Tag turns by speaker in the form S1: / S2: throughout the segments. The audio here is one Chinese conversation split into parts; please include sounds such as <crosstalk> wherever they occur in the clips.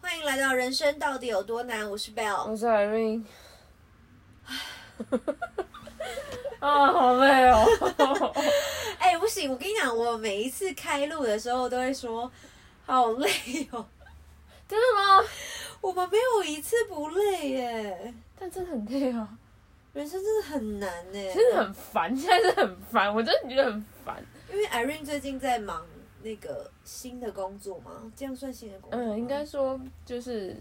S1: 欢迎来到人生到底有多难？我是 Bell，
S2: 我是 Irene。啊，好累哦！
S1: 哎、不行，我跟你讲，我每一次开录的时候都会说好累哦，
S2: <laughs>
S1: <laughs>
S2: 真的吗？
S1: 我们没有一次不累耶，
S2: 但真的很累哦，
S1: 人生真的很难呢。
S2: 真的很烦，现在真的很烦，我真的觉得很烦。
S1: 因为 Irene 最近在忙那个新的工作嘛，这样算新的工作吗？
S2: 嗯，应该说就是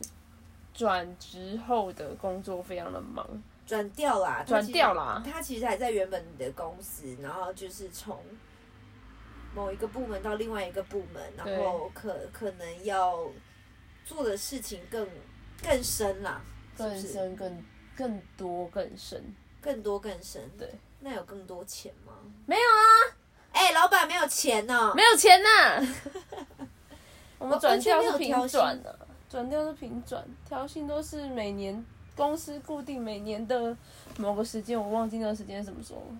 S2: 转职后的工作非常的忙，
S1: 转调啦，
S2: 转掉啦。
S1: 他其实还在原本的公司，然后就是从某一个部门到另外一个部门，
S2: 对
S1: 然后可可能要做的事情更更深啦，是不
S2: 更
S1: 是？
S2: 深、更更多、更深。
S1: 更多更深。
S2: 对，
S1: 那有更多钱吗？
S2: 没有啊，
S1: 哎、老板没有钱哦呢、
S2: 没有钱
S1: <laughs>
S2: 呐、
S1: 我
S2: 我们转调
S1: 完全没
S2: 是
S1: 有
S2: 平
S1: 调薪
S2: 转的、转调是平转，调薪都是每年公司固定每年的某个时间，我忘记那个时间是什么时候了。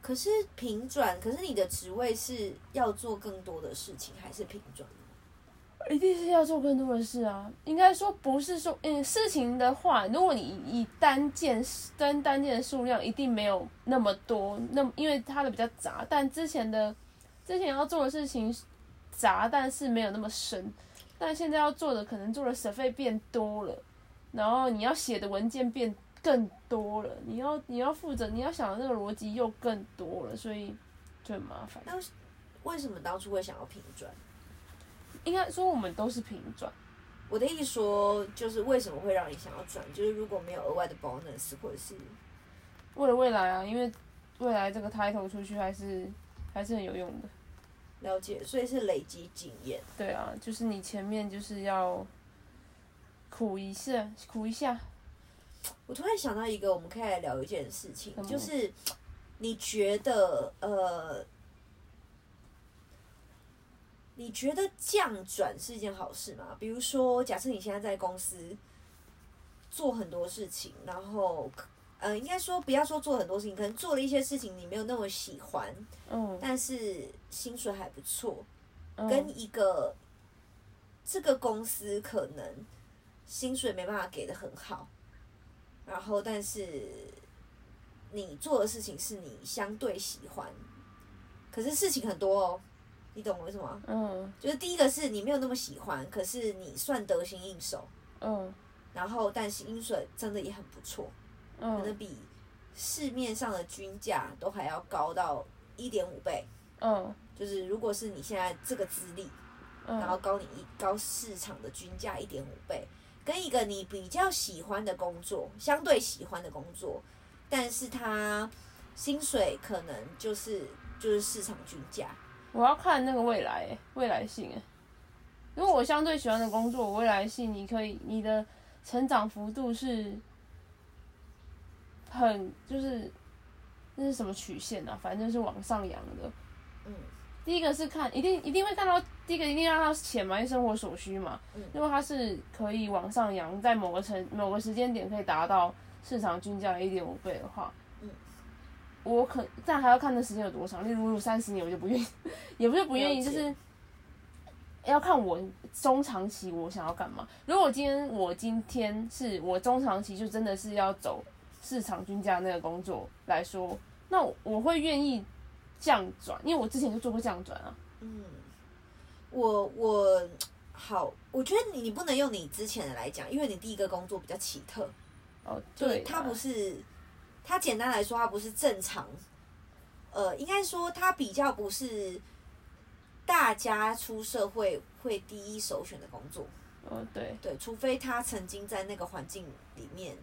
S1: 可是平转，可是你的职位是要做更多的事情，还是平转？
S2: 一定是要做更多的事啊！应该说不是说，嗯，事情的话，如果你以以单件单单件的数量，一定没有那么多，那么因为它的比较杂，但之前的之前要做的事情杂，但是没有那么深，但现在要做的可能做的省费变多了，然后你要写的文件变更多了，你要你要负责你要想的那个逻辑又更多了，所以就很麻烦。
S1: 为什么当初会想要平转？
S2: 应该说我们都是平转。
S1: 我的意思说，就是为什么会让你想要转，就是如果没有额外的 bonus 或者是
S2: 为了未来啊，因为未来这个 title 出去还是还是很有用的。
S1: 了解，所以是累积经验。
S2: 对啊，就是你前面就是要苦一下，苦一下。
S1: 我突然想到一个，我们可以来聊一件事情
S2: 什，么
S1: 就是你觉得呃，你觉得降转是一件好事吗？比如说，假设你现在在公司做很多事情，然后呃，应该说不要说做很多事情，可能做了一些事情你没有那么喜欢，
S2: 嗯，
S1: 但是薪水还不错，
S2: 嗯
S1: 跟一个这个公司可能薪水没办法给的很好，然后但是你做的事情是你相对喜欢，可是事情很多哦，你懂我意思吗？
S2: 嗯
S1: 就是第一个是你没有那么喜欢，可是你算得心应手，
S2: 嗯
S1: 然后但薪水真的也很不错，可能
S2: 嗯
S1: 比市面上的均价都还要高到一点五倍。
S2: 嗯
S1: 就是如果是你现在这个资历，然后
S2: 嗯，
S1: 高你一高市场的均价一点五倍，跟一个你比较喜欢的工作，相对喜欢的工作，但是它薪水可能就是就是市场均价，
S2: 我要看那个未来欸、未来性、欸。如果我相对喜欢的工作，我未来性你可以你的成长幅度是很就是那是什么曲线啊？反正就是往上扬的。
S1: 嗯，
S2: 第一个是看，一定一定会看到，第一个一定要看到钱嘛，因为生活所需嘛。
S1: 嗯
S2: 如果它是可以往上扬，在某个程某个时间点可以达到市场均价的一点五倍的话，
S1: 嗯
S2: 我可但还要看那时间有多长。例如三十年，我就不愿意， <laughs> 也不是不愿意，
S1: 了
S2: 就
S1: 解
S2: 是要看我中长期我想要干嘛。如果今天我今天是我中长期就真的是要走市场均价那个工作来说，那我我会愿意降转，因为我之前就做过降转啊。
S1: 嗯，我我好，我觉得你你不能用你之前的来讲，因为你第一个工作比较奇特，
S2: 哦，
S1: 就是
S2: 对，
S1: 它不，是，它简单来说，它不是正常，呃，应该说它比较不是大家出社会会第一首选的工作，
S2: 哦，对，
S1: 对，除非他曾经在那个环境里面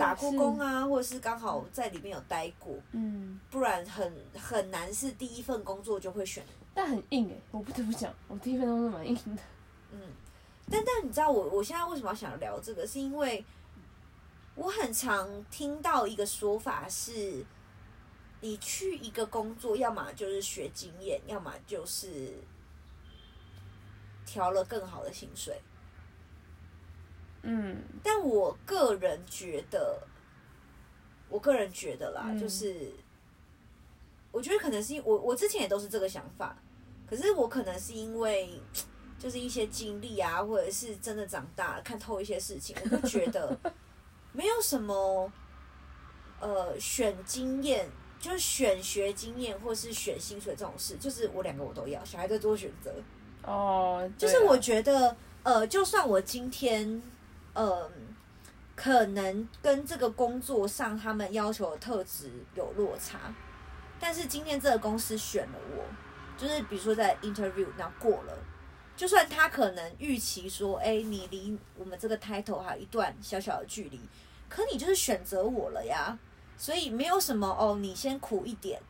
S1: 打过工
S2: 啊，
S1: 啊，或者是刚好在里面有待过，
S2: 嗯，
S1: 不然很很难是第一份工作就会选，
S2: 但很硬哎、我不得不讲，我第一份工作蛮硬的，
S1: 嗯，但但你知道我我现在为什么要想聊这个，是因为我很常听到一个说法是，你去一个工作，要么就是学经验，要么就是调了更好的薪水。
S2: 嗯，
S1: 但我个人觉得，我个人觉得啦，
S2: 嗯
S1: 就是我觉得可能是因我我之前也都是这个想法，可是我可能是因为就是一些经历啊，或者是真的长大了看透一些事情，我就觉得没有什么呃选经验，就是选学经验或是选薪水这种事，就是我两个我都要，小孩最多选择。
S2: 哦，
S1: 就是
S2: 对啊
S1: 我觉得，呃，就算我今天，呃，可能跟这个工作上他们要求的特质有落差，但是今天这个公司选了我，就是比如说在 interview 那过了，就算他可能预期说，哎、你离我们这个 title 还有一段小小的距离，可你就是选择我了呀，所以没有什么哦，你先苦一点。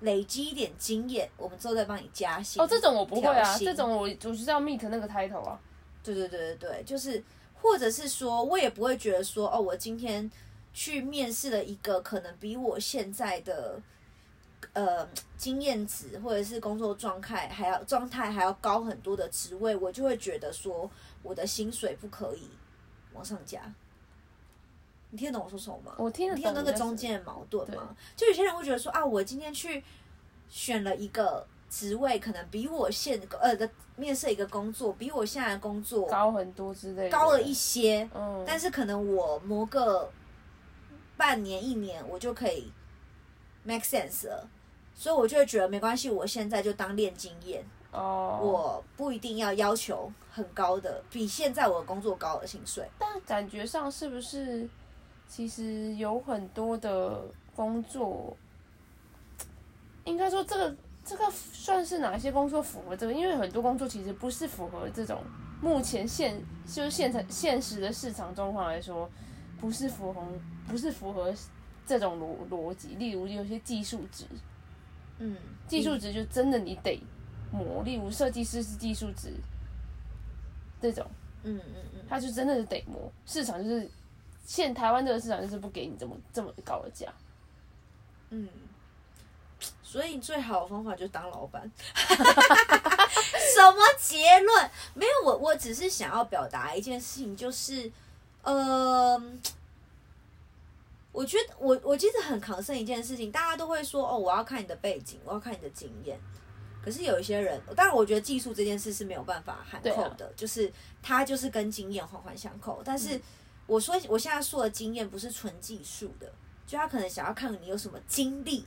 S1: 累积一点经验，我们之后再帮你加薪。
S2: 哦，这种我不会
S1: 调
S2: 啊，
S1: 薪
S2: 这种我我就是要 meet 那个 title 啊。
S1: 对对对对对，就是或者是说我也不会觉得说哦，我今天去面试了一个可能比我现在的呃经验值或者是工作状态还要状态还要高很多的职位，我就会觉得说我的薪水不可以往上加。你听得懂我说什么吗？
S2: 我听得
S1: 你听
S2: 懂
S1: 那个
S2: 但是
S1: 中间的矛盾吗？就有些人会觉得说啊，我今天去选了一个职位，可能比我现呃的面试一个工作，比我现在的工作
S2: 高很多之类的，
S1: 高了一些，
S2: 嗯，
S1: 但是可能我磨个半年一年，我就可以 make sense 了，所以我就会觉得没关系，我现在就当练经验，
S2: 哦，
S1: 我不一定要要求很高的，比现在我的工作高的薪水。
S2: 但感觉上是不是其实有很多的工作，应该说这个这个算是哪些工作符合这个？因为很多工作其实不是符合这种目前现就是现成现实的市场状况来说，不是符合不是符合这种逻逻辑。例如有些技术职，
S1: 嗯，
S2: 技术值就真的你得磨，例如设计师是技术值这种，
S1: 嗯，嗯嗯嗯，
S2: 他就真的是得磨。市场就是现台湾这个市场就是不给你这么这么高的价，
S1: 嗯，所以最好的方法就是当老板。 <laughs> 什么结论？没有，我我只是想要表达一件事情，就是，呃，我觉得我我其实很抗胜一件事情，大家都会说哦，我要看你的背景，我要看你的经验。可是有一些人，当然我觉得技术这件事是没有办法含
S2: 对啊
S1: 扣的，就是它就是跟经验环环相扣。但是我说我现在说的经验不是纯技术的，就他可能想要看你有什么经历。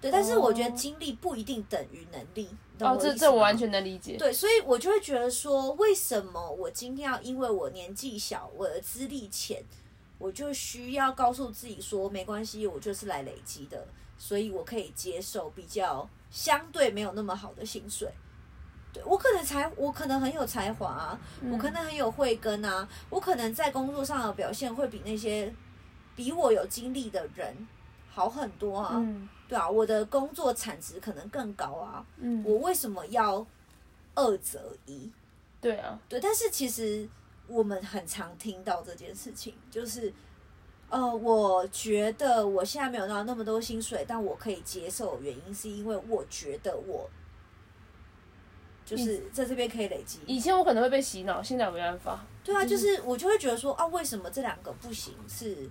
S1: 对，但是我觉得
S2: 哦
S1: 经历不一定等于能力。你懂
S2: 哦，
S1: 的
S2: 这
S1: 意思
S2: 这我
S1: 吗
S2: 完全能理解。
S1: 对，所以我就会觉得说，为什么我今天要因为我年纪小，我的资历浅，我就需要告诉自己说，没关系，我就是来累积的，所以我可以接受比较相对没有那么好的薪水。对我可能才，我可能很有才华啊，
S2: 嗯
S1: 我可能很有慧根啊，我可能在工作上的表现会比那些比我有经历的人好很多啊，
S2: 嗯
S1: 对啊，我的工作产值可能更高啊，
S2: 嗯，
S1: 我为什么要二择一？
S2: 对啊，
S1: 对，但是其实我们很常听到这件事情，就是，呃，我觉得我现在没有拿到那么多薪水，但我可以接受，的原因是因为我觉得我就是在这边可以累积。
S2: 以前我可能会被洗脑，现在没办法。
S1: 对啊，就是我就会觉得说啊，为什么这两个不行？是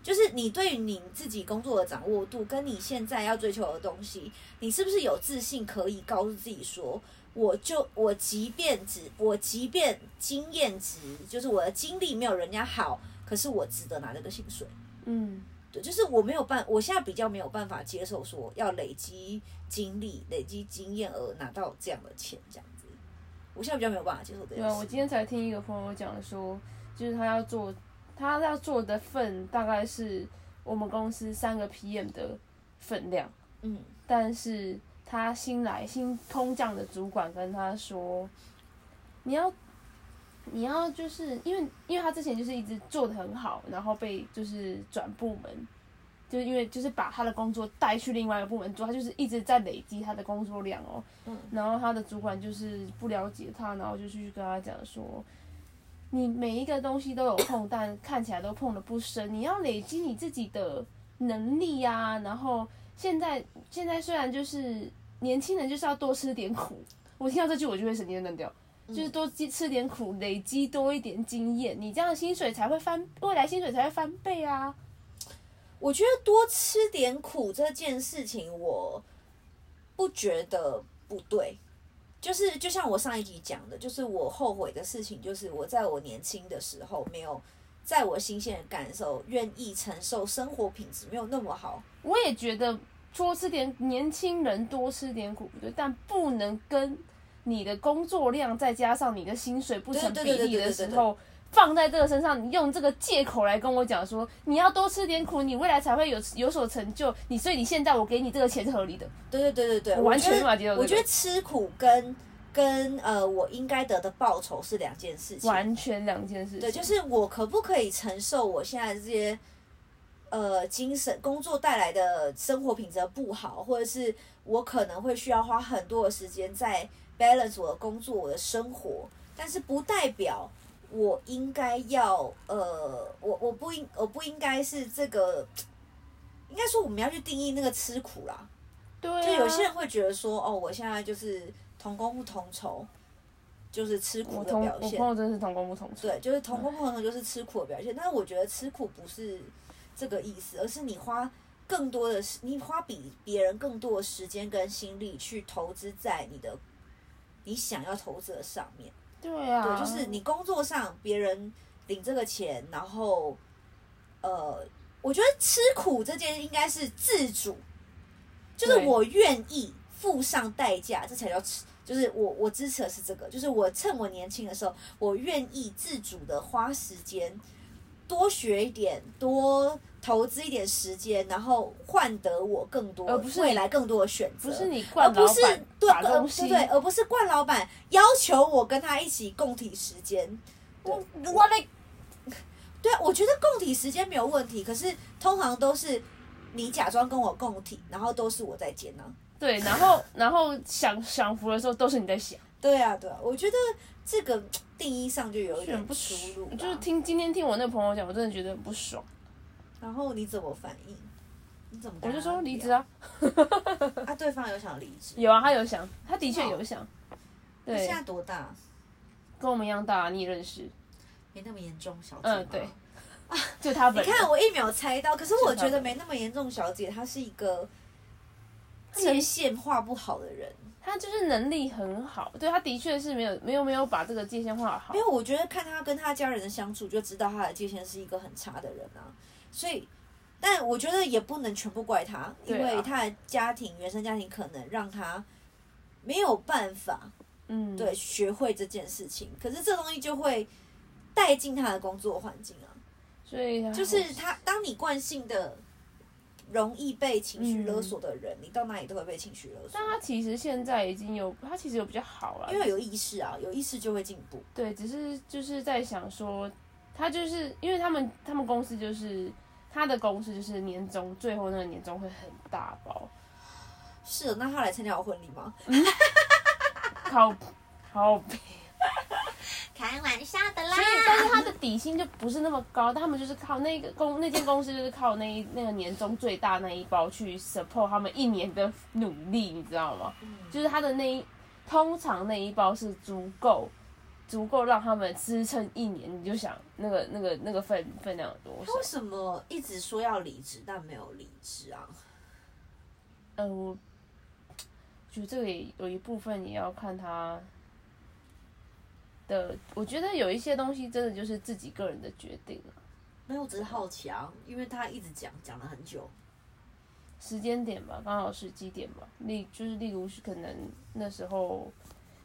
S1: 就是你对于你自己工作的掌握度，跟你现在要追求的东西，你是不是有自信可以告诉自己说，我就我即便只我即便经验值就是我的经历没有人家好，可是我值得拿这个薪水。
S2: 嗯，
S1: 对，就是我没有办，我现在比较没有办法接受说要累积经历、累积经验而拿到这样的钱，这样子，我现在比较没有办法接受这
S2: 对
S1: 件
S2: 啊，
S1: 事
S2: 我。今天才听一个朋友讲说，就是他要做他要做的份大概是我们公司三个 PM 的分量。
S1: 嗯
S2: 但是他新来新空降的主管跟他说，你要你要就是因为因为他之前就是一直做的很好，然后被就是转部门，就是因为就是把他的工作带去另外一个部门做，他就是一直在累积他的工作量哦。
S1: 嗯
S2: 然后他的主管就是不了解他，然后就去跟他讲说。你每一个东西都有碰，但看起来都碰的不深。你要累积你自己的能力呀、然后现在现在虽然就是年轻人就是要多吃点苦，我听到这句我就会神经断掉，就是多积吃点苦，累积多一点经验，你这样薪水才会翻，未来薪水才会翻倍啊。
S1: 我觉得多吃点苦这件事情，我不觉得不对，就是就像我上一集讲的，就是我后悔的事情，就是我在我年轻的时候没有在我新鲜的感受，愿意承受生活品质没有那么好。
S2: 我也觉得多吃点，年轻人多吃点苦，对，但不能跟你的工作量再加上你的薪水不成比
S1: 对对对对
S2: 例
S1: 对
S2: 的
S1: 对
S2: 时
S1: 对
S2: 候。放在这个身上，你用这个借口来跟我讲说，你要多吃点苦，你未来才会有有所成就。你所以你现在我给你这个钱是合理的，
S1: 对对对对对，
S2: 我完全
S1: 觉
S2: 无
S1: 得
S2: 法接受这个
S1: 我觉得吃苦跟跟呃我应该得的报酬是两件事情。
S2: 完全两件事情。
S1: 对，就是我可不可以承受我现在这些呃精神工作带来的生活品质的不好，或者是我可能会需要花很多的时间在 balance 我的工作、我的生活，但是不代表我应该要呃，我我不应我不应该是这个。应该说我们要去定义那个吃苦啦，
S2: 对、啊，
S1: 就有些人会觉得说，哦，我现在就是同工不同酬，就是吃苦
S2: 我
S1: 的
S2: 同
S1: 表
S2: 我
S1: 现。
S2: 朋友真的是同工不同酬。
S1: 对，就是同工不同酬就是吃苦的表现，但是我觉得吃苦不是这个意思，而是你花更多的时，你花比别人更多的时间跟心力去投资在你的你想要投资的上面。
S2: 对啊，
S1: 对，就是你工作上别人领这个钱，然后呃，我觉得吃苦这件应该是自主，就是
S2: 对
S1: 我愿意付上代价，这才叫吃。就是我我支持的是这个，就是我趁我年轻的时候，我愿意自主的花时间多学一点，多投资一点时间，然后换得我更多
S2: 而不是
S1: 未
S2: 你
S1: 来更多的选择，
S2: 不是你
S1: 而
S2: 惯老
S1: 不是
S2: 板
S1: 对
S2: 把
S1: 呃
S2: 东西
S1: 对对，而不是冠老板要求我跟他一起共体时间。对
S2: 嗯我嘞，
S1: 对，啊我觉得共体时间没有问题，可是通常都是你假装跟我共体，然后都是我在煎啊呢、
S2: 对，然后然后享享福的时候都是你在想，
S1: 对啊，对啊，我觉得这个嘖定义上就有一点
S2: 不
S1: 出入吧。
S2: 就是听今天听我那朋友讲，我真的觉得很不爽，
S1: 然后你怎么反应？你怎么
S2: 我
S1: 跟他
S2: 就
S1: 聊？
S2: 说离职啊，
S1: 啊！对方有想离职，
S2: 有啊，他有想，他的确有想，
S1: 你
S2: 对
S1: 现，在多大？
S2: 跟我们一样大，啊你也认识，
S1: 没那么严重，小姐。
S2: 嗯，对，。就他
S1: 你
S2: 本人，
S1: 看，我一秒猜到，可是我觉得
S2: 是他的
S1: 没那么严重。小姐她是一个
S2: 她能
S1: 界限画不好的人，
S2: 他就是能力很好，对他的确是没有没有没有把这个界限画好
S1: 因，为我觉得看她跟她家人的相处，就知道她的界限是一个很差的人啊。所以，但我觉得也不能全部怪她，因
S2: 对啊
S1: 为她的家庭原生家庭可能让她没有办法
S2: 嗯，
S1: 对，学会这件事情。可是这东西就会带进她的工作环境啊。
S2: 所以
S1: 就是他，当你惯性的容易被情绪勒索的人，你到哪里都会被情绪勒索
S2: 但，他其实现在已经有，他其实有比较好了，
S1: 因为有意识啊，有意识就会进步。
S2: 对，只是就是在想说，他就是因为他们他们公司就是他的公司就是年终最后那个年终会很大包，
S1: 是哦的，那他来参加我婚礼吗？
S2: 靠靠背，
S1: 开玩笑的
S2: 所以但是他的底薪就不是那么高，但他们就是靠那个公那间公司就是靠那一那个年终最大那一包去 support 他们一年的努力，你知道吗？就是他的那一通常那一包是足够。足够让他们支撑一年，你就想那个那个那个分分量有多少
S1: 他？为什么一直说要离职，但没有离职啊？
S2: 呃，我觉得这个也有一部分也要看他的，我觉得有一些东西真的就是自己个人的决定啊，
S1: 没有，我只是好奇啊，因为他一直讲讲了很久。
S2: 时间点吧，刚好时机点吧。例就是例如是可能那时候，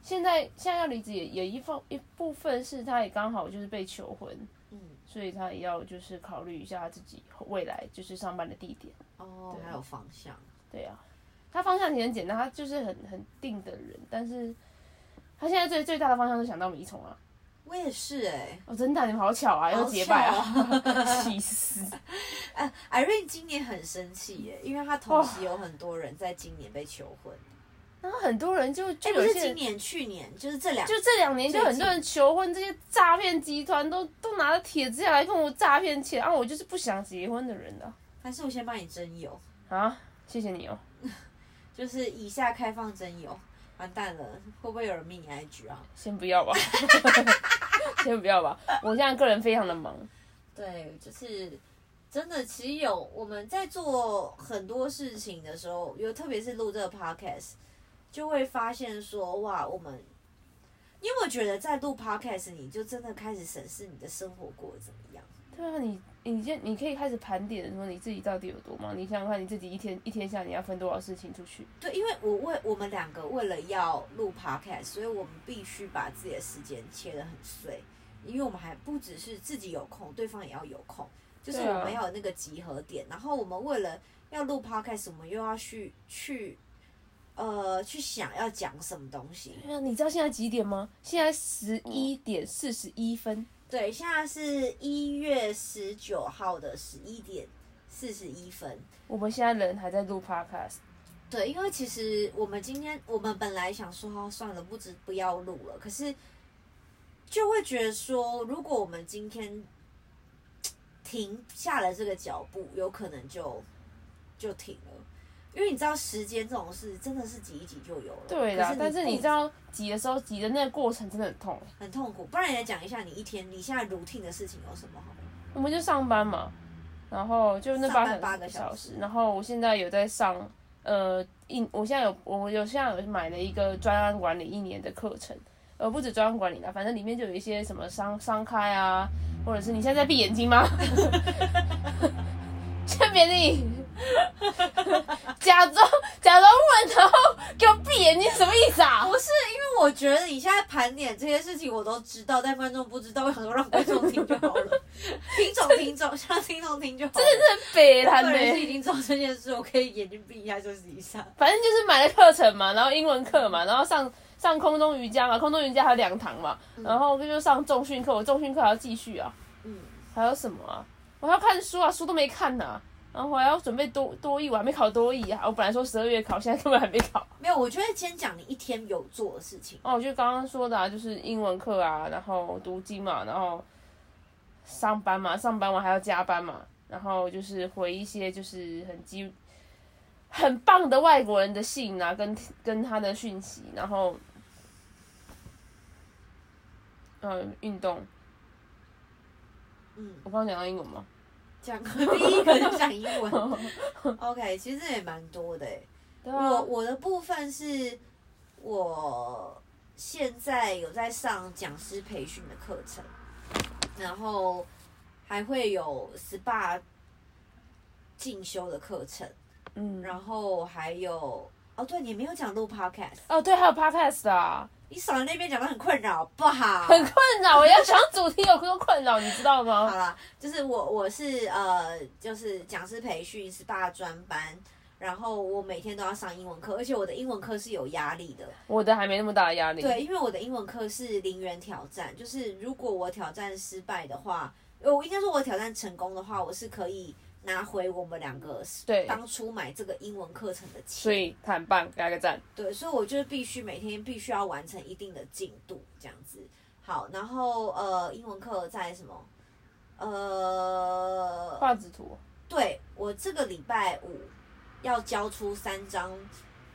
S2: 现在现在要离职也也一方一部分是他也刚好就是被求婚，
S1: 嗯，
S2: 所以他也要就是考虑一下他自己未来就是上班的地点。
S1: 哦，还有方向。
S2: 对啊，他方向其实很简单，他就是很很定的人，但是他现在最最大的方向是想到米虫啊。
S1: 我也是哎、
S2: 哦，真的啊、你们好巧啊，
S1: 好
S2: 又结拜啊， <laughs>
S1: <laughs>
S2: 气死！
S1: 哎、艾瑞今年很生气耶、因为他同时有很多人在今年被求婚。
S2: 然后很多人就就
S1: 哎、不
S2: 有
S1: 是
S2: 些
S1: 今
S2: 人，
S1: 年，去年就是这两
S2: 就这两年
S1: 最
S2: 就
S1: 近
S2: 很多人求婚，这些诈骗集团都都拿着帖子下来问我诈骗钱，啊，我就是不想结婚的人的
S1: 还是我先帮你征友，
S2: 啊，谢谢你哦。
S1: 就是以下开放征友。完蛋了，会不会有人命你 IG 啊？
S2: 先不要吧， <laughs> 先不要吧，我现在个人非常的忙，
S1: 对，就是真的，其实有我们在做很多事情的时候，有特别是录这个 podcast，就会发现说，哇，我们，你有没有觉得在录 podcast，你就真的开始审视你的生活过得怎么样？
S2: 对啊，你你现你可以开始盘点说你自己到底有多忙，你想想看你自己一天一天下你要分多少事情出去。
S1: 对，因为我为我们两个为了要录 podcast，所以我们必须把自己的时间切得很碎，因为我们还不只是自己有空，对方也要有空，就是
S2: 对啊
S1: 我们要有那个集合点。然后我们为了要录 podcast，我们又要去去呃去想要讲什么东西。
S2: 对啊，你知道现在几点吗？现在十一点四十一分。
S1: 对，现在是一月十九号的十一点四十一分。
S2: 我们现在人还在录 podcast，
S1: 对，因为其实我们今天我们本来想说，哦，算了，不止不要录了，可是就会觉得说，如果我们今天停下了这个脚步，有可能就就停了，因为你知道时间这种事真的是挤一挤就有了。
S2: 对
S1: 哦可
S2: 啦，但是你
S1: 不
S2: 知道挤的时候挤的那个过程真的很痛。
S1: 很痛苦，不然你来讲一下你一天你现在 routine 的事情有什么好了？
S2: 我们就上班嘛，然后就那
S1: 上
S2: 八
S1: 班八
S2: 个
S1: 个
S2: 小
S1: 小
S2: 时
S1: 时，
S2: 然后我现在有在上，呃，一我现在有我有现在有买了一个专案管理一年的课程，呃，不止专案管理啦，反正里面就有一些什么商商开啊，或者是你现在在闭眼睛吗？先别理，假装假装问，然后给我闭眼睛，什么意思啊？
S1: 不是，因为我觉得你现在盘点这些事情我都知道，但观众不知道，我想说让观众听就好 <laughs> 了，听众听众，让听众听就好了。真
S2: 这是北
S1: 我
S2: 兰
S1: 个人是已
S2: 的。
S1: 经知道这件事，我可以眼睛闭一下休息一下。
S2: 反正就是买了课程嘛，然后英文课嘛，然后上上空中瑜伽嘛，空中瑜伽还有两堂嘛，然后就上重训课，我重训课还要继续啊，
S1: 嗯，
S2: 还有什么啊？我还要看书啊，书都没看呐、然后我还要准备多多译，我还没考多译啊，我本来说十二月考，现在根本还没考。
S1: 没有，我觉得先讲你一天有做的事情。
S2: 哦，我就刚刚说的、啊，就是英文课啊，然后读经嘛，然后上班嘛，上班完还要加班嘛，然后就是回一些就是很基很棒的外国人的信啊，跟跟他的讯息，然后嗯、运动，
S1: 嗯，
S2: 我刚刚讲到英文吗？
S1: <laughs>
S2: <laughs>
S1: 讲第一个就讲英文。OK，其实这也蛮多的欸诶、
S2: 对
S1: 我
S2: 啊，
S1: 我的部分是，我现在有在上讲师培训的课程，然后还会有 SPA 进修的课程，
S2: 嗯，
S1: 然后还有哦，对你没有讲录 Podcast，
S2: 哦对，还有 podcast 啊，
S1: 你少在那边讲的很困扰，好不好。
S2: 很困扰，我要想主题有多困扰，你知道
S1: <laughs>
S2: 吗？
S1: 好啦，就是我我是呃，就是讲师培训 SPA 专班，然后我每天都要上英文课，而且我的英文课是有压力的。
S2: 我的还没那么大的压力，
S1: 对，因为我的英文课是零元挑战，就是如果我挑战失败的话，呃我应该说我挑战成功的话，我是可以拿回我们两个
S2: 对
S1: 当初买这个英文课程的
S2: 所
S1: 钱。
S2: 以很棒，给他个赞。
S1: 对，所以我就是必须每天必须要完成一定的进度，这样子。好，然后呃，英文课在什么？呃，
S2: 画纸图，
S1: 对我这个礼拜五要交出三张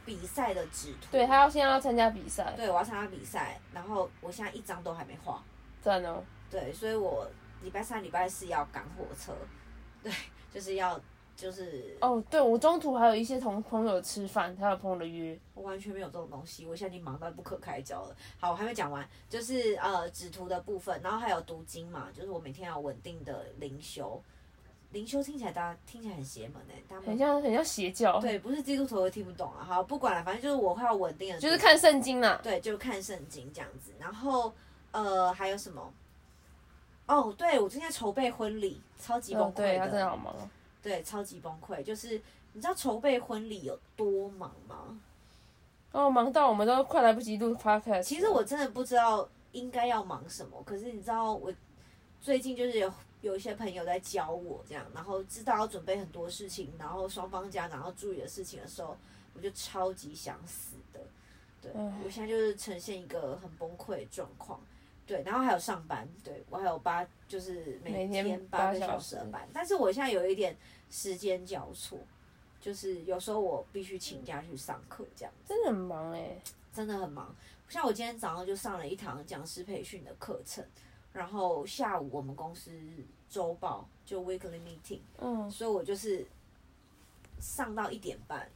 S1: 比赛的纸图。
S2: 对他要现在要参加比赛，
S1: 对，我要参加比赛，然后我现在一张都还没画。
S2: 赞哦。
S1: 对，所以我礼拜三、礼拜四要赶火车，对，就是要就是
S2: 哦，对我中途还有一些同朋友吃饭，还有朋友约，
S1: 我完全没有这种东西，我现在已经忙到不可开交了。好，我还没讲完，就是呃纸图的部分，然后还有读经嘛，就是我每天要稳定的灵修。灵修听起来大家听起来很邪门哎、大家
S2: 很像很像邪教，
S1: 对，不是基督徒都听不懂啊。好，不管了，反正就是我会要稳定的，
S2: 就是看圣经啊啦、
S1: 对，就看圣经这样子。然后呃还有什么？哦，对我正在筹备婚礼，超级崩
S2: 哦
S1: 溃，
S2: 对他真的好忙哦。
S1: 对，超级崩溃。就是你知道筹备婚礼有多忙吗？
S2: 哦，忙到我们都快来不及录 podcast 了。
S1: 其实我真的不知道应该要忙什么，可是你知道我最近就是有有一些朋友在教我这样，然后知道要准备很多事情，然后双方家长要注意的事情的时候，我就超级想死的。对
S2: 唉
S1: 我现在就是呈现一个很崩溃的状况。对，然后还有上班，对我还有八，就是
S2: 每
S1: 每
S2: 天
S1: 天
S2: 八
S1: 八个
S2: 小
S1: 小时的
S2: 时
S1: 班，但是我现在有一点时间交错，就是有时候我必须请假去上课这样。
S2: 真的很忙哎、
S1: 真的很忙。像我今天早上就上了一堂讲师培训的课程，然后下午我们公司周报就 weekly meeting，
S2: 嗯，
S1: 所以我就是上到一点半，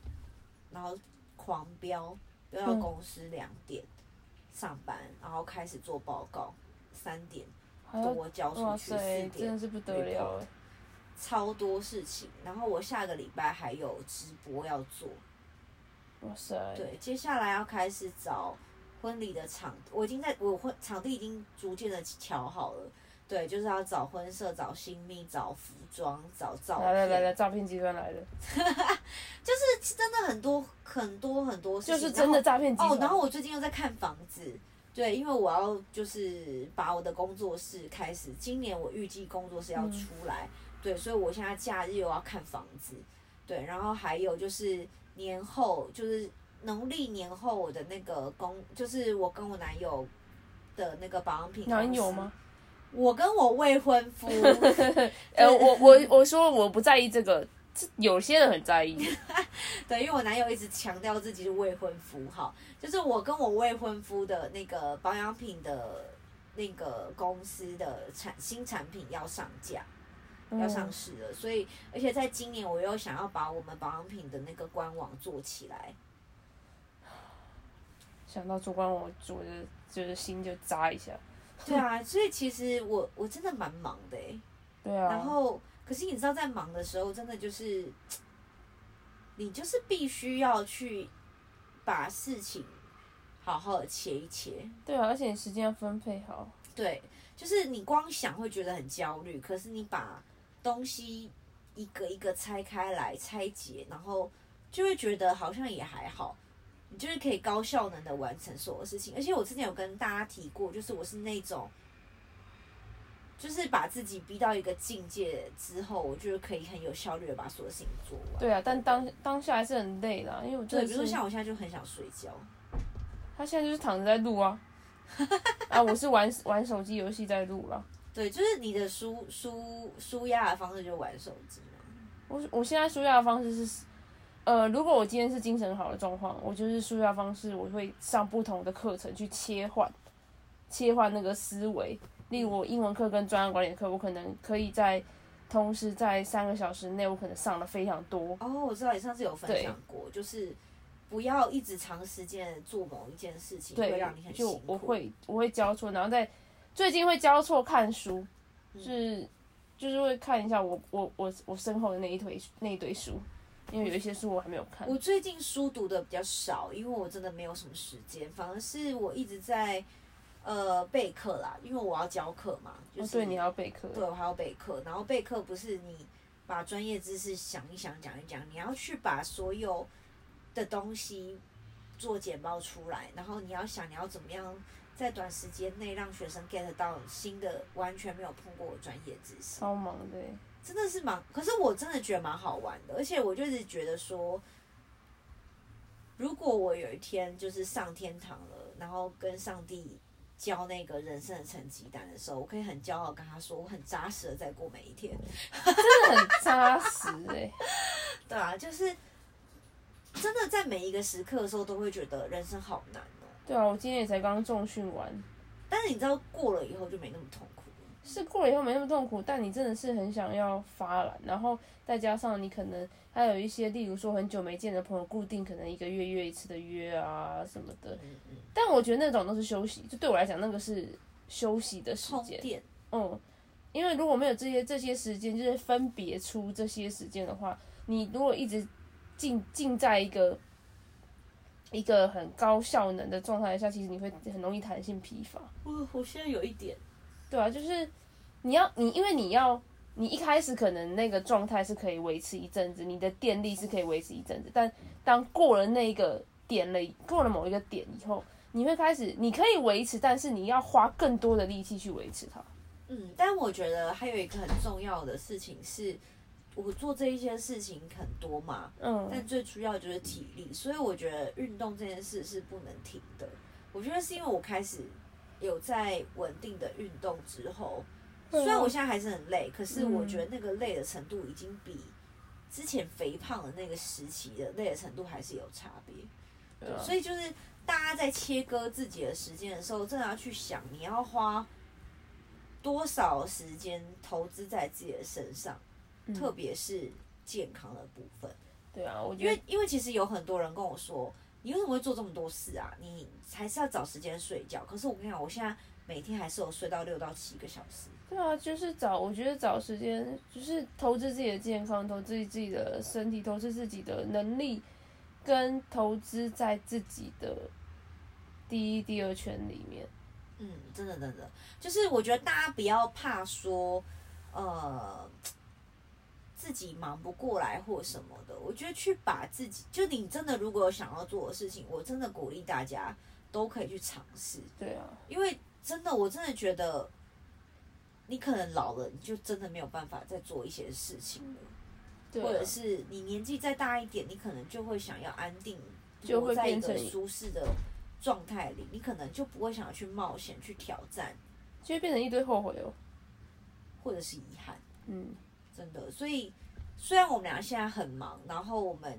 S1: 然后狂飙，又到公司两点上班，然后开始做报告，三点
S2: 还要
S1: 多交出
S2: 哇
S1: 去，四
S2: 塞，真
S1: 点
S2: 的是不得了哎！
S1: 超多事情。然后我下个礼拜还有直播要做，
S2: 哇塞，
S1: 对，接下来要开始找婚礼的场，我已经在我婚场地已经逐渐的调好了。对，就是要找婚摄、找新密、找服装、找照片，
S2: 来来来来，诈骗集团来了，
S1: <laughs> 就是真的很多很多很多事
S2: 就
S1: 情，
S2: 是
S1: 然
S2: 真
S1: 后
S2: 的诈骗集
S1: 哦，
S2: 团。
S1: 然后我最近又在看房子，对，因为我要就是把我的工作室开始，今年我预计工作室
S2: 嗯
S1: 要出来，对，所以我现在假日又要看房子，对，然后还有就是年后，就是农历年后我的那个工，就是我跟我男友的那个保养品公司
S2: 男友吗？？
S1: 我跟我未婚
S2: <laughs>
S1: 夫，
S2: 呃，我我我说我不在意这个，这有些人很在意。
S1: 对，因为我男友一直强调自己是未婚夫，哈，就是我跟我未婚夫的那个保养品的那个公司的产新产品要上架， <laughs> 要
S2: 嗯
S1: 上市了，所以而且在今年我又想要把我们保养品的那个官网做起来，
S2: 想到做官网，我我的就是心就扎一下。
S1: 对啊，所以其实我我真的蛮忙的诶、
S2: 对啊，
S1: 然后可是你知道在忙的时候，真的就是你就是必须要去把事情好好的切一切。
S2: 对啊，而且你时间要分配好。
S1: 对，就是你光想会觉得很焦虑，可是你把东西一个一个拆开来拆解，然后就会觉得好像也还好，你就是可以高效能的完成所有事情。而且我之前有跟大家提过，就是我是那种。就是把自己逼到一个境界之后，我就是可以很有效率的把所有事情做完。
S2: 对啊，但当当下还是很累啦，因为我
S1: 对，
S2: 真的
S1: 比如说
S2: 是
S1: 像我现在就很想睡觉，
S2: 他现在就是躺着在录
S1: <laughs>
S2: 啊。啊，我是玩玩手机游戏在录啦。
S1: 对，就是你的舒舒舒压的方式就是玩手机嘛。
S2: 我我现在舒压的方式是，呃，如果我今天是精神好的状况，我就是舒压方式，我会上不同的课程去切换，切换那个思维。例如我英文课跟专案管理课，我可能可以在同时在三个小时内，我可能上了非常多。
S1: 哦，我知道你上次有分享过，就是不要一直长时间地做某一件事情，会
S2: 对
S1: 让你，很辛
S2: 就
S1: 苦。
S2: 我会我会交错，然后在最近会交错看书，
S1: 嗯
S2: 是就是会看一下我我我我身后的那一堆那一堆书，因为有一些书我还没有看。
S1: 我最近书读的比较少，因为我真的没有什么时间，反而是我一直在呃备课啦，因为我要教课嘛，就
S2: 哦，
S1: 是、
S2: 对，你还要备课。
S1: 对我还要备课，然后备课不是你把专业知识想一想讲一讲，你要去把所有的东西做简报出来，然后你要想你要怎么样在短时间内让学生 get 到新的完全没有碰过的专业知识，
S2: 超忙的欸，
S1: 真的是蛮，可是我真的觉得蛮好玩的，而且我就是觉得说，如果我有一天就是上天堂了，然后跟上帝交那个人生的成绩单的时候，我可以很骄傲地跟他说，我很扎实的在过每一天。
S2: 真的很扎实哎、
S1: 对啊，就是真的在每一个时刻的时候，都会觉得人生好难哦。
S2: 对啊，我今天也才刚重训完，
S1: 但是你知道过了以后就没那么痛苦了。
S2: 是过了以后没那么痛苦，但你真的是很想要发懒，然后再加上你可能还有一些，例如说很久没见的朋友，固定可能一个月约一次的约啊什么的。
S1: 嗯嗯，
S2: 但我觉得那种都是休息，就对我来讲，那个是休息的时
S1: 充
S2: 间。
S1: 电，
S2: 嗯，因为如果没有这些这些时间，就是分别出这些时间的话，你如果一直浸浸在一个一个很高效能的状态下，其实你会很容易弹性疲乏。
S1: 我我现在有一点，
S2: 对啊，就是你要你，因为你要你一开始可能那个状态是可以维持一阵子，你的电力是可以维持一阵子，但当过了那个点了，过了某一个点以后，你会开始你可以维持，但是你要花更多的力气去维持它。
S1: 嗯，但我觉得还有一个很重要的事情是，我做这一些事情很多嘛，
S2: 嗯，
S1: 但最主要的就是体力，所以我觉得运动这件事是不能停的。我觉得是因为我开始有在稳定的运动之后，
S2: 对啊
S1: 虽然我现在还是很累，可是
S2: 嗯
S1: 我觉得那个累的程度已经比之前肥胖的那个时期的累的程度还是有差别。
S2: 对啊
S1: 所以就是大家在切割自己的时间的时候，真的要去想你要花多少时间投资在自己的身上，
S2: 嗯
S1: 特别是健康的部分。
S2: 对啊，我
S1: 因
S2: 觉得
S1: 为因为其实有很多人跟我说，你为什么会做这么多事啊？你还是要找时间睡觉。可是我跟你讲，我现在每天还是有睡到六到七个小时。
S2: 对啊，就是找，我觉得找时间，就是投资自己的健康，投资自己的身体，投资自己的能力，跟投资在自己的第一、第二圈里面。
S1: 嗯，真的真的，就是我觉得大家不要怕说，呃，自己忙不过来或什么的。我觉得去把自己，就你真的如果有想要做的事情，我真的鼓励大家都可以去尝试，
S2: 对啊，
S1: 因为真的我真的觉得，你可能老了，你就真的没有办法再做一些事情了，
S2: 对
S1: 或
S2: 啊
S1: 者，是你年纪再大一点，你可能就会想要安定，
S2: 就会
S1: 活在一
S2: 变
S1: 个
S2: 成
S1: 舒适的状态里，你可能就不会想要去冒险、去挑战。
S2: 就会变成一堆后悔哦。
S1: 或者是遗憾，
S2: 嗯，
S1: 真的。所以虽然我们俩现在很忙，然后我们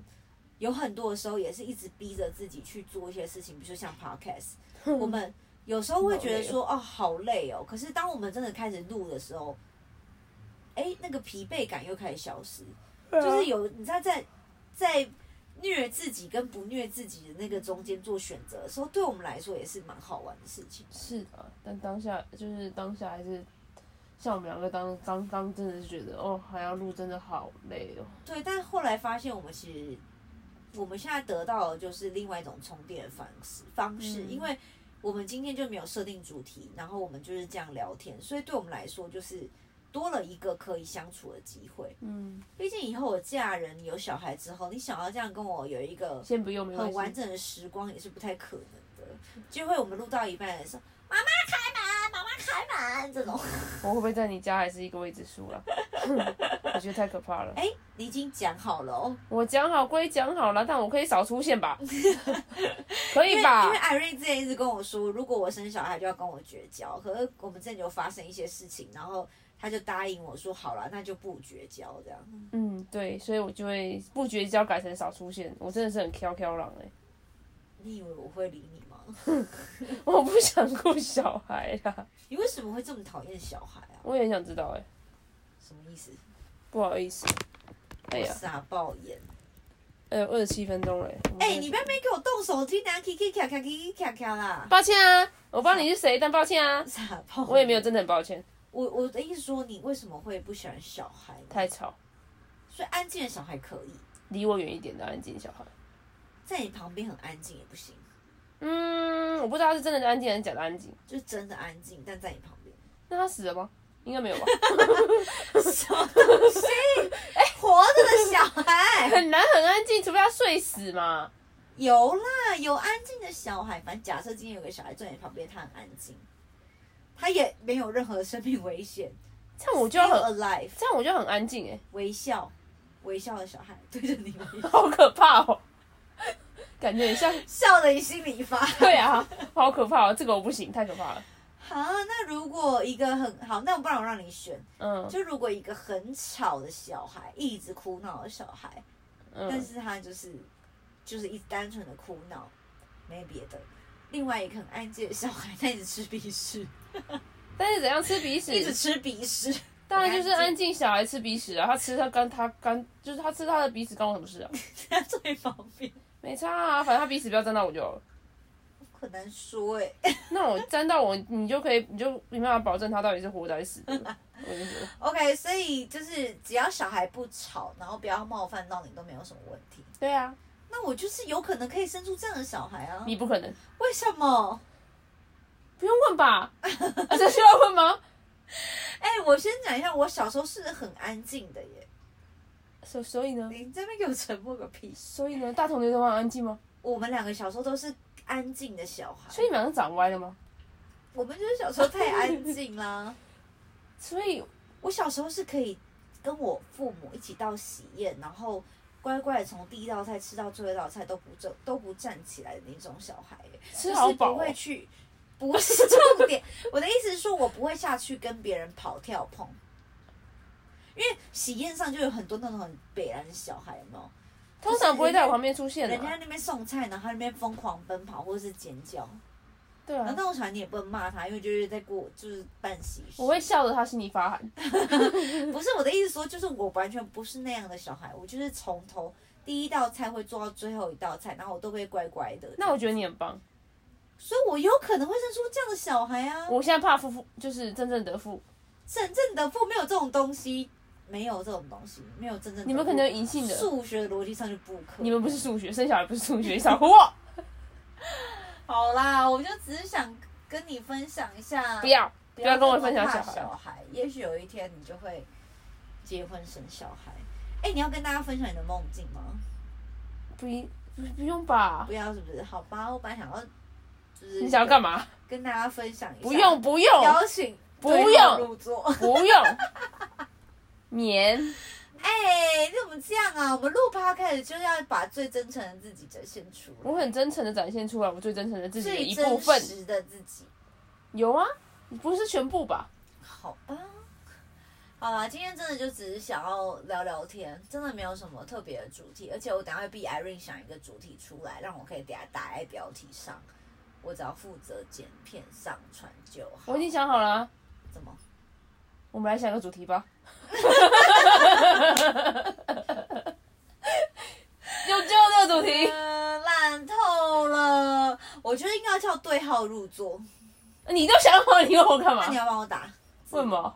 S1: 有很多的时候也是一直逼着自己去做一些事情，比如说像 <laughs> podcast，我们有时候会觉得说哦好累哦，可是当我们真的开始录的时候，哎，那个疲惫感又开始消失，就是有你在在在。虐自己跟不虐自己的那个中间做选择的时候，对我们来说也是蛮好玩的事情。
S2: 是啊，但当下就是当下还是。像我们两个当刚刚真的是觉得哦，还要录真的好累哦。
S1: 对，但后来发现我们其实我们现在得到的就是另外一种充电方式方式，
S2: 嗯
S1: 因为我们今天就没有设定主题，然后我们就是这样聊天，所以对我们来说就是多了一个可以相处的机会。
S2: 嗯，
S1: 毕竟以后我嫁人有小孩之后，你想要这样跟我有一个
S2: 先不用，没
S1: 很
S2: 关
S1: 完
S2: 系。
S1: 整的时光也是不太可能的。就会我们录到一半的时候，妈妈开门，妈妈开门这种。 <laughs>
S2: 我会不会在你家还是一个未知数啦？ <laughs> 我觉得太可怕了。
S1: 哎、你已经讲好了哦，
S2: 我讲好归讲好了，但我可以少出
S1: <laughs>
S2: 现吧？可
S1: 因
S2: 以
S1: 为
S2: 吧
S1: 因为？艾瑞之前一直跟我说，如果我生小孩就要跟我绝交，可是我们之前就发生一些事情，然后他就答应我说，好了，那就不绝交这样。
S2: 嗯，对，所以我就会不绝交改成少出现。我真的是很飘飘狼哎、
S1: 你以为我会理你吗？ <laughs>
S2: 我不想顾小孩啦。
S1: 你为什么会这么讨厌小孩啊？
S2: 我也很想知道哎、
S1: 什么意思？
S2: 不好意思。哎呀，
S1: 傻爆眼！
S2: 呃，二十七分钟了、欸。我们
S1: 哎、你不要没给我动手机，等下 k k 卡卡 k k 卡卡啦！
S2: 抱歉啊，我不知道你是谁，但抱歉啊，
S1: 傻爆！
S2: 我也没有，真的很抱歉，
S1: 我我的意思说，你为什么会不喜欢小孩？
S2: 太吵，
S1: 所以安静的小孩可以，
S2: 离我远一点的安静小孩。
S1: 在你旁边很安静也不行，
S2: 嗯，我不知道他是真的安静还是假的安静。
S1: 就是真的安静，但在你旁边。
S2: 那他死了吗？应该没
S1: <laughs>
S2: 有吧。
S1: 什么东西？哎、活着的小孩
S2: 很难很安静，除非他睡死嘛。
S1: 有啦，有安静的小孩。反正假设今天有个小孩坐在你旁边，他很安静，他也没有任何生命危险，
S2: 这 <laughs> 样我就
S1: still
S2: 要很，
S1: alive，
S2: 这样我就很安静哎、
S1: 微笑，微笑的小孩对着你微笑，
S2: 好可怕哦，感觉
S1: <laughs>
S2: 很像。
S1: 笑的你心里发。
S2: 对啊，好可怕哦，这个我不行，太可怕了。
S1: 好，那如果一个很好，那不然我让你选，
S2: 嗯
S1: 就如果一个很吵的小孩，一直哭闹的小孩，但
S2: 嗯，
S1: 是他就是就是一直单纯的哭闹，没别的。另外一个很安静的小孩，他一直吃鼻屎，
S2: 但是怎样吃鼻
S1: 一直
S2: 屎？
S1: 吃鼻屎。 <laughs>
S2: 当然就是安静小孩吃鼻屎啊，他吃他干他干，就是他吃他的鼻屎关我什么事啊？
S1: 他最方便，
S2: 没差啊，反正他鼻屎不要沾到我就好了。
S1: 很难说哎、
S2: 那我沾到我，你就可以，你就没办法保证他到底是活的还是死的。我就觉
S1: <laughs>
S2: 得，
S1: OK，所以就是只要小孩不吵，然后不要冒犯到你，都没有什么问题。
S2: 对啊，
S1: 那我就是有可能可以生出这样的小孩啊？
S2: 你不可能，
S1: 为什么？
S2: 不用问吧？啊、这需要问吗？
S1: 哎、我先讲一下，我小时候是很安静的耶。
S2: 所所以呢？
S1: 你这边给我沉默个屁！
S2: 所以呢，大同学都很安静吗？
S1: 我们两个小时候都是安静的小孩，
S2: 所以你们两个长歪了吗？
S1: 我们就是小时候太安静啦。
S2: 所以
S1: 我小时候是可以跟我父母一起到喜宴，然后乖乖的从第一道菜吃到最后一道菜都不站都不站起来的那种小孩耶，
S2: 吃好
S1: 就是
S2: 饱、
S1: 不
S2: 哦
S1: 会，去，不是重点。我的意思是说，我不会下去跟别人跑跳碰，因为喜宴上就有很多那种很北蓝的小孩，有没有？
S2: 通常不会在我旁边出现
S1: 人
S2: 的、
S1: 家
S2: 啊。
S1: 在那边送菜，然后他那边疯狂奔跑或者是尖叫，
S2: 对
S1: 然后
S2: 啊，
S1: 那种小孩你也不能骂他，因为就是在过就是办喜事。
S2: 我会笑得他心里发寒。 <laughs>
S1: 不是我的意思说，就是我完全不是那样的小孩，我就是从头第一道菜会做到最后一道菜，然后我都会乖乖的。
S2: 那我觉得你很棒。
S1: 所以我有可能会生出这样的小孩啊。
S2: 我现在怕夫妇就是真正的父，
S1: 真正的父没有这种东西，没有这种东西，没有真正的父。
S2: 你们可能有隐性的
S1: 数学的逻辑上就不可能。
S2: 你们不是数学，生小孩不是数学，小货
S1: 好啦，我就只是想跟你分享一下，
S2: <laughs> 不要不要跟我
S1: 这么
S2: 分享
S1: 怕
S2: 小
S1: 孩。
S2: 孩。
S1: 也许有一天你就会结婚生小孩。哎、你要跟大家分享你的梦境吗？
S2: 不一不不用吧
S1: 不？要是不是？好吧，我本来想要，就是
S2: 你想要干嘛？
S1: 跟大家分享一下，
S2: 不用不用
S1: 邀请
S2: 不
S1: 对号
S2: 用
S1: 入座。
S2: 不用， <laughs> 棉
S1: 哎、你怎么这样啊？我们录趴开始就是要把最真诚的自己展现出来，
S2: 我很真诚的展现出来我最真诚的自己的
S1: 最
S2: 一部
S1: 真
S2: 分。
S1: 实的自己。
S2: 有啊，不是全部吧？
S1: 好吧，好啦，今天真的就只是想要聊聊天，真的没有什么特别的主题，而且我等一下会逼 Irene 想一个主题出来，让我可以给他打在标题上，我只要负责剪片上传就好。
S2: 我已经想好了啊、
S1: 怎么？
S2: 我们来想个主题 <laughs> 吧。有就这个主题，
S1: 呃烂透了，我觉得应该要叫对号入座。
S2: 你都想好，你问我干嘛
S1: <laughs> 那你？要帮我打？
S2: 为什么？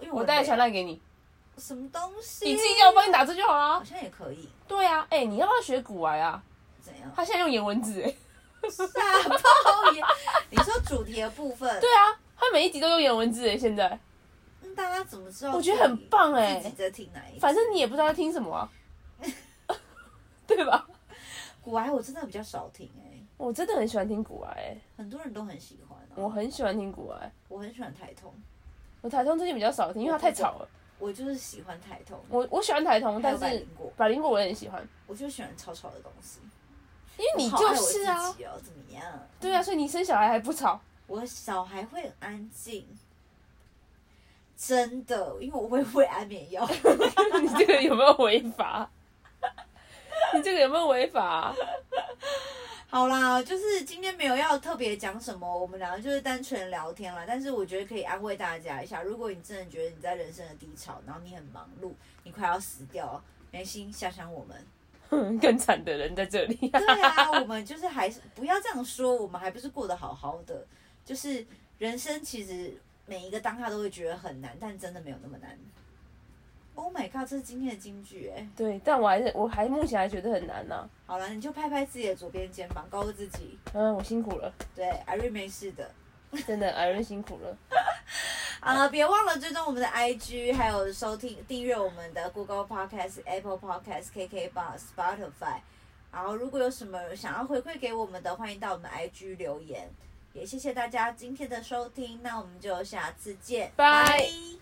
S1: 因为
S2: 我
S1: 带
S2: 带传烂给你，
S1: 什么东西？
S2: 你自己叫我帮你打字就好
S1: 好
S2: 啊。
S1: 像也可以，
S2: 对啊，哎、你要不要学古玩啊？
S1: 怎样？ <laughs>
S2: 他现在用颜文字、哎，
S1: 吓爆眼！你说主题的部分，
S2: 对啊，他每一集都用颜文字、哎，现在，
S1: 那大家怎么知道？
S2: 我觉得很棒哎
S1: 自己在听哪一集？
S2: 反正你也不知道他听什么啊， <laughs> 对吧？
S1: 古玩我真的比较少听哎、
S2: 我真的很喜欢听古玩、哎，
S1: 很多人都很喜欢、啊。
S2: 我很喜欢听古玩。
S1: 我很喜欢台通，
S2: 我台通最近比较少听，因为它太吵了。
S1: 我就是喜欢台通，
S2: 我我喜欢台通，
S1: 还有
S2: 但
S1: 百
S2: 是
S1: 灵果，
S2: 百灵果我也很喜欢，
S1: 我就喜欢吵吵的东西。
S2: 因为你
S1: 我好爱
S2: 就
S1: 我
S2: 是啊
S1: 自，己哦，怎么样？
S2: 对啊，所以你生小孩还不吵， <laughs>
S1: 我小孩会很安静，真的，因为我会喂安眠药。 <laughs>
S2: 你这个有没有违法？ <laughs> 你这个有没有违法、
S1: 好啦，就是今天没有要特别讲什么，我们两个就是单纯聊天啦。但是我觉得可以安慰大家一下，如果你真的觉得你在人生的低潮，然后你很忙碌，你快要死掉了，没心想想我们。 <laughs>
S2: 哼更惨的人在这里、 <laughs>
S1: 对啊，我们就是还是不要这样说，我们还不是过得好好的。就是人生其实每一个当下都会觉得很难，但真的没有那么难。Oh my god，这是今天的金句哎、
S2: 对，但我还是我还目前还觉得很难啊呐、
S1: 好了，你就拍拍自己的左边肩膀，告诉自己，
S2: 嗯，我辛苦了，
S1: 对，艾瑞没事的。
S2: 真的，艾伦辛苦了。
S1: 好了，别忘了追踪我们的 IG，还有收听订阅我们的 Google Podcast、Apple Podcast、KK Bus、Spotify。然后如果有什么想要回馈给我们的，欢迎到我们 IG 留言。也谢谢大家今天的收听，那我们就下次见，
S2: 拜
S1: 拜